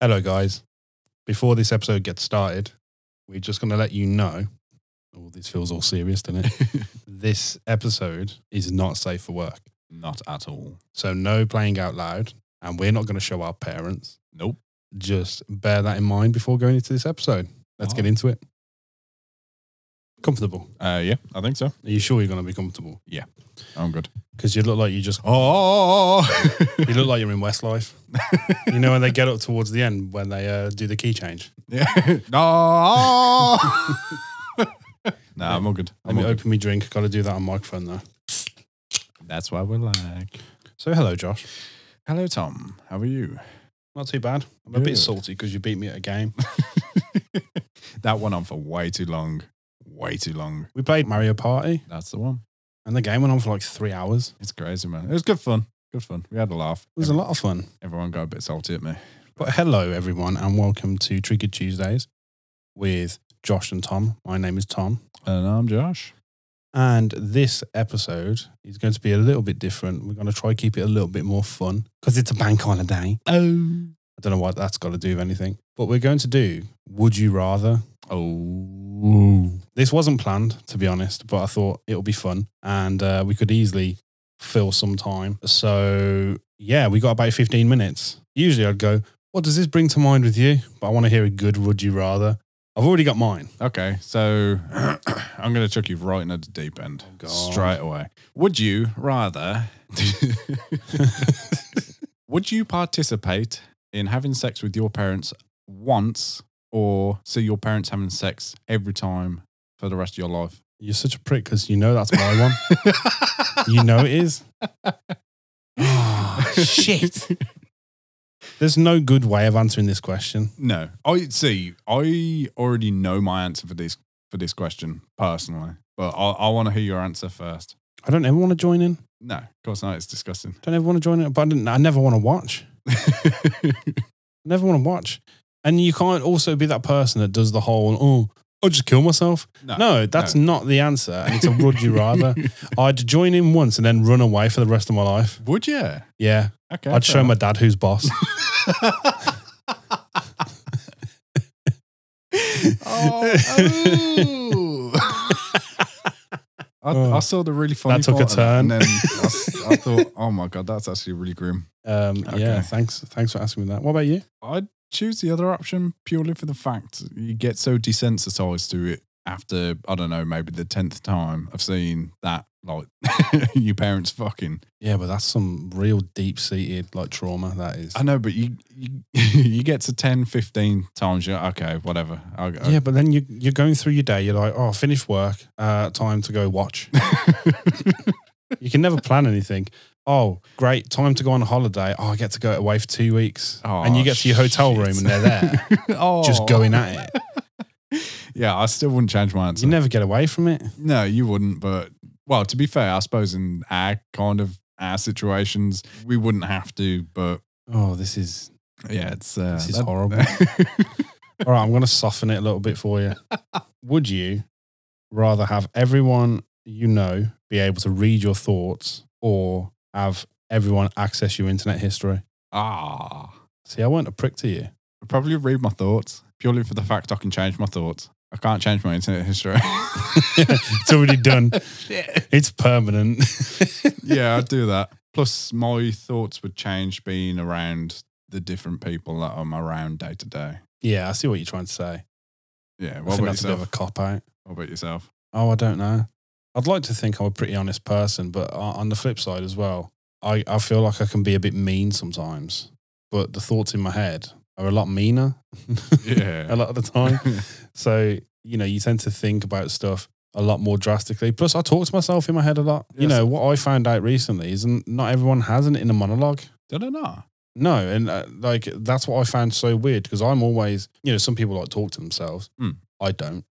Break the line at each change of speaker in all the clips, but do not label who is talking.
Hello, guys. Before this episode gets started, we're just going to let you know. Oh, this feels all serious, doesn't it? this episode is not safe for work.
Not at all.
So, no playing out loud. And we're not going to show our parents.
Nope.
Just bear that in mind before going into this episode. Let's get
Oh.
into it. Comfortable.
Uh, yeah, I think so.
Are you sure you're going to be comfortable?
I'm good.
Because you look like you just,
Oh,
you look like you're in Westlife. You know, when they get up towards the end, when they uh, do the key change.
yeah. no. nah, I'm all good.
Let
I'm
me
all good.
open me drink. Got to do that on microphone though.
That's why we're like.
So, hello, Josh.
Hello, Tom. How are you?
Not too bad. I'm a bit
Good.
salty because you beat me at a game.
That went on for way too long. Way too long.
We played Mario Party
That's the one.
and the game went on for like three hours.
It's crazy, man. It was good fun. Good fun. We had a laugh.
It was a lot of fun.
Everyone got a bit salty at me.
But hello, everyone, and welcome to Trigger Tuesdays with Josh and Tom. My name is Tom.
And I'm Josh.
And this episode is going to be a little bit different. We're going to try keep it a little bit more fun because it's a bank holiday.
Oh.
I don't know what that's got to do with anything. But we're going to do Would You Rather?
Oh.
This wasn't planned, to be honest, but I thought it'll be fun and uh, we could easily fill some time. So, yeah, we got about 15 minutes. Usually I'd go, What does this bring to mind with you? But I want to hear a good Would You Rather. I've already got mine.
Okay, so I'm going to chuck you right into the deep end
Oh, God.
straight away. Would you rather? would you participate in having sex with your parents once, or see your parents having sex every time for the rest of your life?
You're such a prick because you know that's my one. You know it is. Ah, shit. There's no good way of answering this question.
No, I see. I already know my answer for this for this question personally, but I, I want to hear your answer first.
I don't ever want to join in.
No, of course not. It's disgusting.
Don't ever want to join in. But I, didn't, I never want to watch. I never want to watch. And you can't also be that person that does the whole, oh, I'll just kill myself.
no,
No, that's not the answer. And it's a would you rather. I'd join in once and then run away for the rest of my life.
Would you?
Yeah.
Okay.
I'd show my dad who's boss.
oh, I, I saw the really funny.
That took a
part of it,
turn.
And then I, s- I thought, oh my god, that's actually really grim.
Um, Yeah,
Okay.
thanks. Thanks for asking me that. What about you?
I'd choose the other option purely for the fact you get so desensitized to it after I don't know, maybe the tenth time of seeing that, like your parents fucking.
Yeah, but that's some real deep seated like trauma. That is.
I know, but you you, you get to 10, 15 times. You're okay, whatever. I'll, go.
yeah, but then you, you're going through your day. You're like, oh, finish work. Uh, time to go watch. you can never plan anything. Oh, great. Time to go on a holiday. Oh, I get to go away for two weeks.
Oh,
and you get to your hotel room and they're there,
oh.
just going at it.
Yeah, I still wouldn't change my answer.
You never get away from it.
no, you wouldn't. But well, to be fair, I suppose in our kind of our situations, we wouldn't have to. But
Oh, this is.
yeah, it's uh,
This is
that-
horrible. All right, I'm going to soften it a little bit for you. Would you rather have everyone you know be able to read your thoughts or have everyone access your internet history?
ah,
See, I weren't a prick to you.
I'd probably read my thoughts purely for the fact I can change my thoughts. I can't change my internet history.
it's already done. It's permanent.
yeah, I'd do that. Plus, my thoughts would change being around the different people that I'm around day to day.
yeah, I see what you're trying to say.
Yeah,
I
what
think
about
that's a bit
yourself?
of a cop out.
What about yourself?
Oh, I don't know. I'd like to think I'm a pretty honest person, but o- on the flip side as well, I, I feel like I can be a bit mean sometimes. But the thoughts in my head are a lot meaner a
Yeah.
lot of the time. So, you know, you tend to think about stuff a lot more drastically. Plus, I talk to myself in my head a lot. You
Yes.
know, what I found out recently is n- not everyone has an inner monologue.
Did I not?
No, and uh, like that's what I found so weird because I'm always, you know, some people like talk to themselves.
Hmm.
I don't,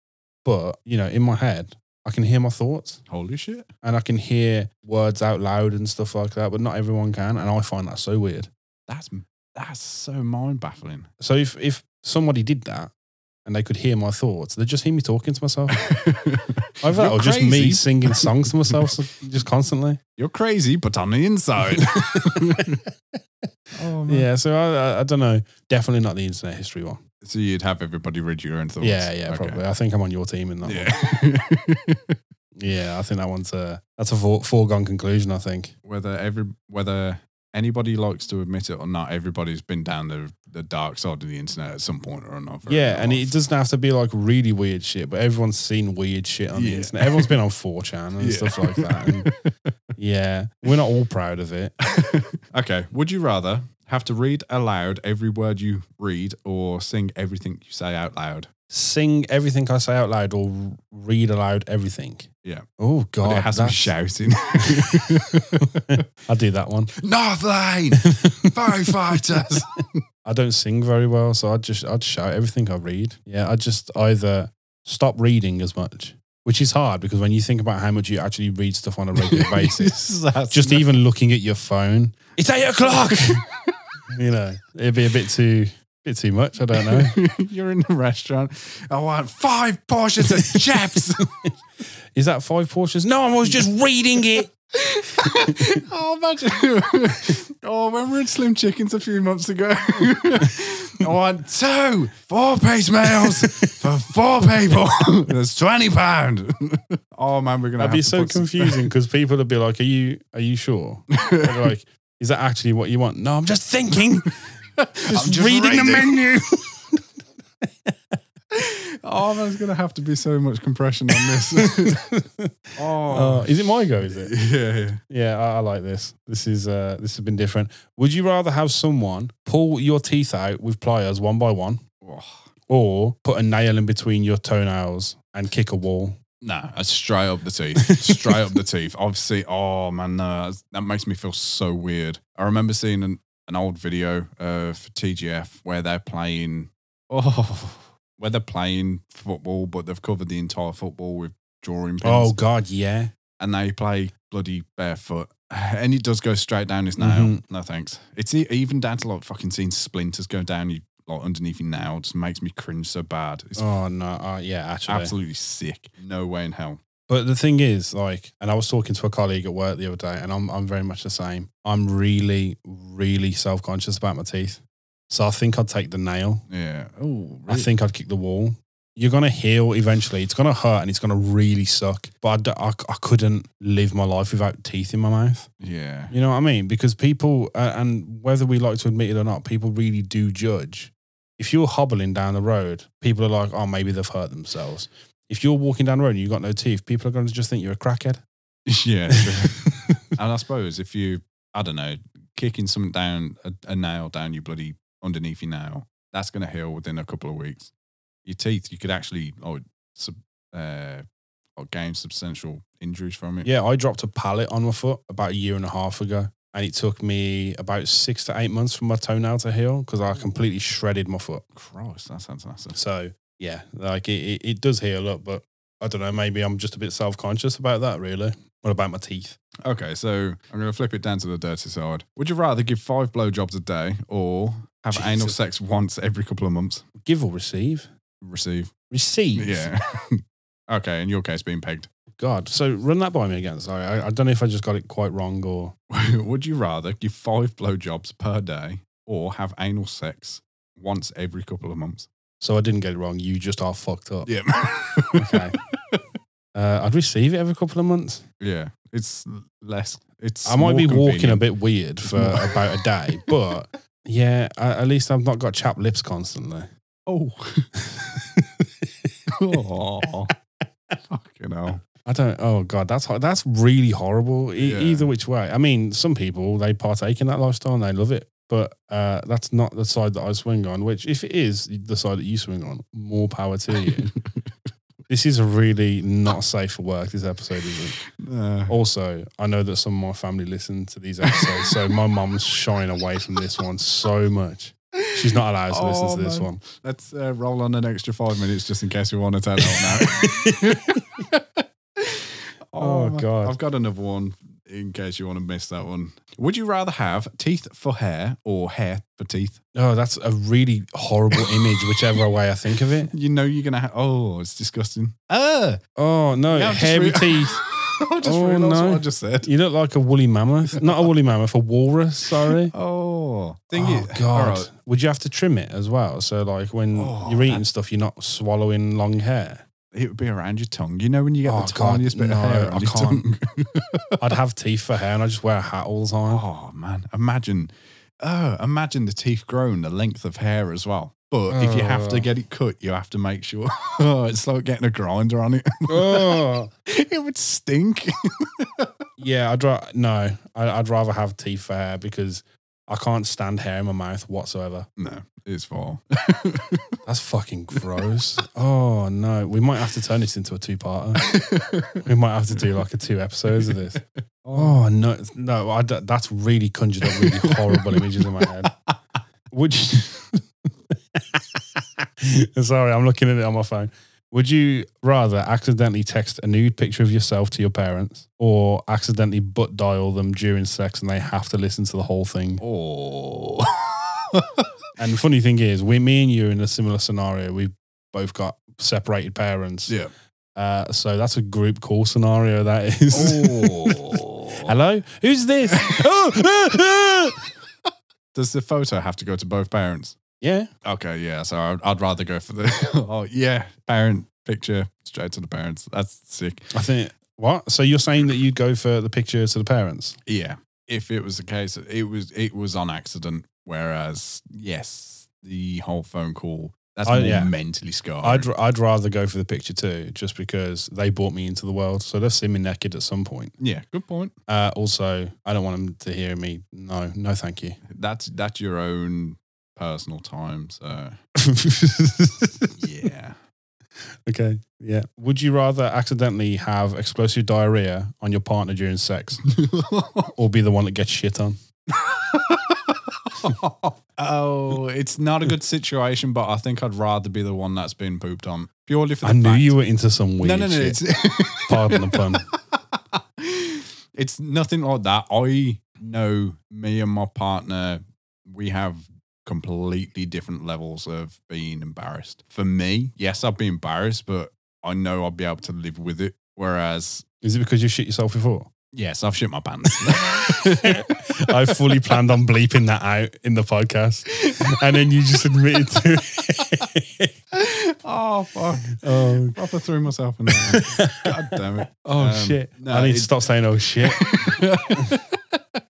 but you know, in my head, I can hear my thoughts
Holy shit.
and I can hear words out loud and stuff like that. But not everyone can, and I find that so weird.
That's that's so mind baffling.
So if if somebody did that, and they could hear my thoughts. They just hear me talking to myself. Either that
You're
or just me
crazy.
singing songs to myself so- just constantly.
You're crazy, but on the inside. oh,
yeah, so I, I, I don't know. Definitely not the internet history one.
So you'd have everybody read your own thoughts.
Yeah, yeah,
Okay.
probably. I think I'm on your team in that one.
Yeah.
Yeah, I think that one's a that's a fore- foregone conclusion. I think.
whether every whether anybody likes to admit it or not, everybody's been down the, the dark side of the internet at some point or another.
yeah, and it doesn't have to be like really weird shit, but everyone's seen weird shit on the
Yeah.
internet. Everyone's been on 4chan and
Yeah.
stuff like that. And yeah, we're not all proud of it.
okay. Would you rather have to read aloud every word you read or sing everything you say out loud?
Sing everything I say out loud or r- read aloud everything.
Yeah.
Oh
But
God,
it has to be
that's-
shouting.
I do that one.
North Lane, firefighters.
I don't sing very well, so I'd just I'd shout everything I read. Yeah, I'd just either stop reading as much, which is hard because when you think about how much you actually read stuff on a regular basis,
That's
just even looking at your phone, it's eight o'clock. you know, it'd be a bit too bit too much. I don't know.
You're in the restaurant. I want five portions of chips.
Is that five portions? No, I was just reading it.
oh, imagine. oh, when we were at Slim Chickens a few months ago, I want two four piece meals for four people. That's twenty pound. oh man, we're gonna.
That'd
have
be
to
so
put some-
confusing because people would be like, "Are you are you sure?" They'd be like, is that actually what you want? No, I'm just thinking, just,
I'm just
reading, the
reading.
menu.
oh, there's gonna have to be so much compression on this. oh,
Uh, is it my go? Is it?
yeah, yeah.
Yeah, I, I like this. This is uh, this has been different. Would you rather have someone pull your teeth out with pliers one by one,
Oh.
or put a nail in between your toenails and kick a wall?
Nah, that's straight up the teeth. Straight up the teeth. Obviously, oh man, no, that's- that makes me feel so weird. I remember seeing an, an old video uh, of TGF where they're playing, oh, where they're playing football, but they've covered the entire football with drawing pins.
Oh God, yeah.
And they play bloody barefoot. And it does go straight down his nail.
Mhm.
No thanks. It's e- even down to like fucking seeing splinters go down you like underneath your nail. Just makes me cringe so bad. It's
Oh no, uh, yeah, actually.
absolutely sick. No way in hell.
But the thing is, like, and I was talking to a colleague at work the other day, and I'm I'm very much the same. I'm really, really self conscious about my teeth, so I think I'd take the nail.
Yeah. Oh,
I think I'd kick the wall. You're going to heal eventually. It's going to hurt and it's going to really suck. But I d- I, I couldn't live my life without teeth in my mouth.
Yeah.
You know what I mean? Because people, uh, and whether we like to admit it or not, people really do judge. If you're hobbling down the road, people are like, oh, maybe they've hurt themselves. If you're walking down the road and you've got no teeth, people are going to just think you're a crackhead.
Yeah. true. and I suppose if you, I don't know, kicking something down, a, a nail down your bloody underneath your nail, that's going to heal within a couple of weeks. Your teeth, you could actually, oh, sub, uh, or gain substantial injuries from it.
yeah, I dropped a pallet on my foot about a year and a half ago. And it took me about six to eight months for my toenail to heal because I completely shredded my foot.
Christ, that sounds nasty.
So yeah, like it, it, it does heal up, but I don't know. Maybe I'm just a bit self conscious about that. Really, what about my teeth?
Okay, so I'm going to flip it down to the dirty side. Would you rather give five blowjobs a day or have anal
Jesus.
sex once every couple of months?
Give or receive?
Receive.
Receive.
Yeah. okay, in your case, being pegged.
God. So run that by me again. Sorry, I, I don't know if I just got it quite wrong or.
Would you rather give five blowjobs per day or have anal sex once every couple of months?
So I didn't get it wrong. You just are fucked up.
Yeah.
Okay. Uh, I'd receive it every couple of months.
yeah. It's less. It's.
I might
more
be walking a
convenient.
bit weird for
more-
about a day, but yeah, I, at least I've not got chapped lips constantly.
Oh. oh. Fucking hell.
I don't. Oh god, that's ho- that's really horrible. E-
Yeah.
Either which way, I mean, some people they partake in that lifestyle and they love it, but uh, that's not the side that I swing on. Which, if it is the side that you swing on, more power to you. this is really not safe for work. This episode isn't.
Uh,
Also, I know that some of my family listen to these episodes, so my mum's shying away from this one so much. She's not allowed to listen
Oh,
to this
man.
one.
Let's uh, roll on an extra five minutes just in case we want to turn out now.
Oh,
my-
God.
I've Oh, got another one. I- in case you want to miss that one. Would you rather have teeth for hair or hair for teeth?
Oh, that's a really horrible image, whichever way I think of it.
You know you're gonna have. Oh, it's disgusting. Ah,
Oh no,
Yeah, I've just
hairy
re-
teeth.
I just
Oh,
realised
no.
what I just said.
You look like a woolly mammoth. Not a woolly mammoth, a walrus, sorry.
Oh, thing
Oh
is-
god.
alright.
Would you have to trim it as well? So like when
Oh,
you're eating stuff, you're not swallowing long hair.
it would be around your tongue. You know when you get
Oh,
the
God,
tiniest bit
no,
of hair
I
on your
can't.
tongue.
I'd have teeth for hair and I just wear a hat all the time.
Oh man, imagine, oh, imagine the teeth grown, the length of hair as well. But if you have
Oh.
to get it cut, you have to make sure. Oh, it's like getting a grinder on it.
Oh.
it would stink.
yeah, I'd ra- no. I- I'd rather have teeth for hair because I can't stand hair in my mouth whatsoever.
No, it's far.
That's fucking gross. oh no. We might have to turn this into a two parter. We might have to do like a two episodes of this. Oh no, no, I d that's really conjured up really horrible images in my head. Would you? Sorry, I'm looking at it on my phone. Would you rather accidentally text a nude picture of yourself to your parents, or accidentally butt dial them during sex and they have to listen to the whole thing?
Oh.
And the funny thing is, we, me and you, are in a similar scenario. We both got separated parents,
yeah.
uh, so that's a group call scenario. That is.
Oh.
Hello? Who's this? Oh, ah, ah.
Does the photo have to go to both parents?
Yeah.
Okay, yeah. So I'd, I'd rather go for the oh yeah parent picture straight to the parents. That's sick.
I think what? So you're saying that you'd go for the picture to the parents?
Yeah. If it was the case, that it was it was on accident. Whereas, yes, the whole phone call that's
Oh,
more
yeah.
mentally scarred.
I'd I'd rather go for the picture too, just because they brought me into the world, so they've seen me naked at some point.
yeah, good point.
Uh, also, I don't want them to hear me. No, no, thank you.
That's that's your own personal time. So yeah,
okay, yeah. Would you rather accidentally have explosive diarrhea on your partner during sex, or be the one that gets shit on?
oh, it's not a good situation, but I think I'd rather be the one that's been pooped on purely for the
I knew
fact-
you were into some weird.
No, no, no.
shit.
It's
Pardon the pun.
it's nothing like that. I know me and my partner, we have completely different levels of being embarrassed. For me, yes, I'd be embarrassed, but I know I'd be able to live with it. Whereas,
Is it because you shit yourself before?
yes, I've shit my pants.
I fully planned on bleeping that out in the podcast, and then you just admitted to it.
oh, fuck.
oh,
Proper threw myself in there. God damn it.
oh
Um,
shit!
no,
I need to
it-
stop saying "oh shit."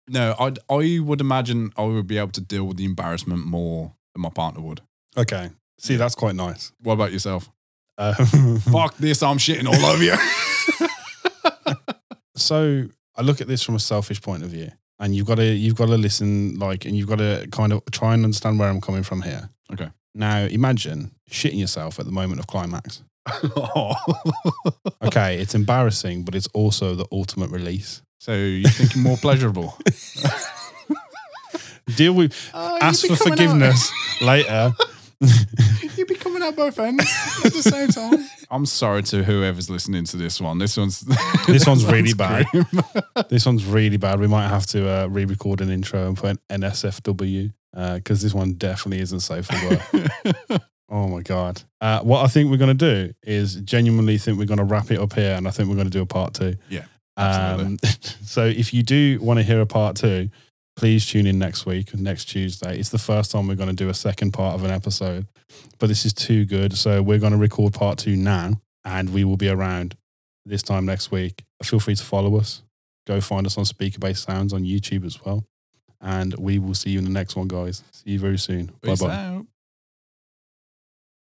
no, I'd, I would imagine I would be able to deal with the embarrassment more than my partner would.
Okay, see, that's quite nice.
What about yourself?
Um,
Fuck this, I'm shitting all over you.
so I look at this from a selfish point of view, and you've got to you've got to listen, like, and you've got to kind of try and understand where I'm coming from here.
Okay.
Now imagine shitting yourself at the moment of climax. Okay, it's embarrassing, but it's also the ultimate release.
So you're thinking more pleasurable?
Deal with
Oh,
ask for forgiveness later.
You'd be coming out both ends at the same time. I'm sorry to whoever's listening to this one. This one's
This one's really bad.
grim.
This one's really bad. We might have to uh, re-record an intro and put an NSFW because uh, this one definitely isn't safe for work. oh my god! Uh, what I think we're gonna do is genuinely think we're gonna wrap it up here, and I think we're gonna do a part two.
Yeah,
Um, so if you do want to hear a part two, please tune in next week, next Tuesday. It's the first time we're gonna do a second part of an episode, but this is too good, so we're gonna record part two now, and we will be around this time next week. Feel free to follow us go find us on Speaker Based Sounds on YouTube as well. And we will see you in the next one, guys. See you very soon. Bye
Peace
bye.
out.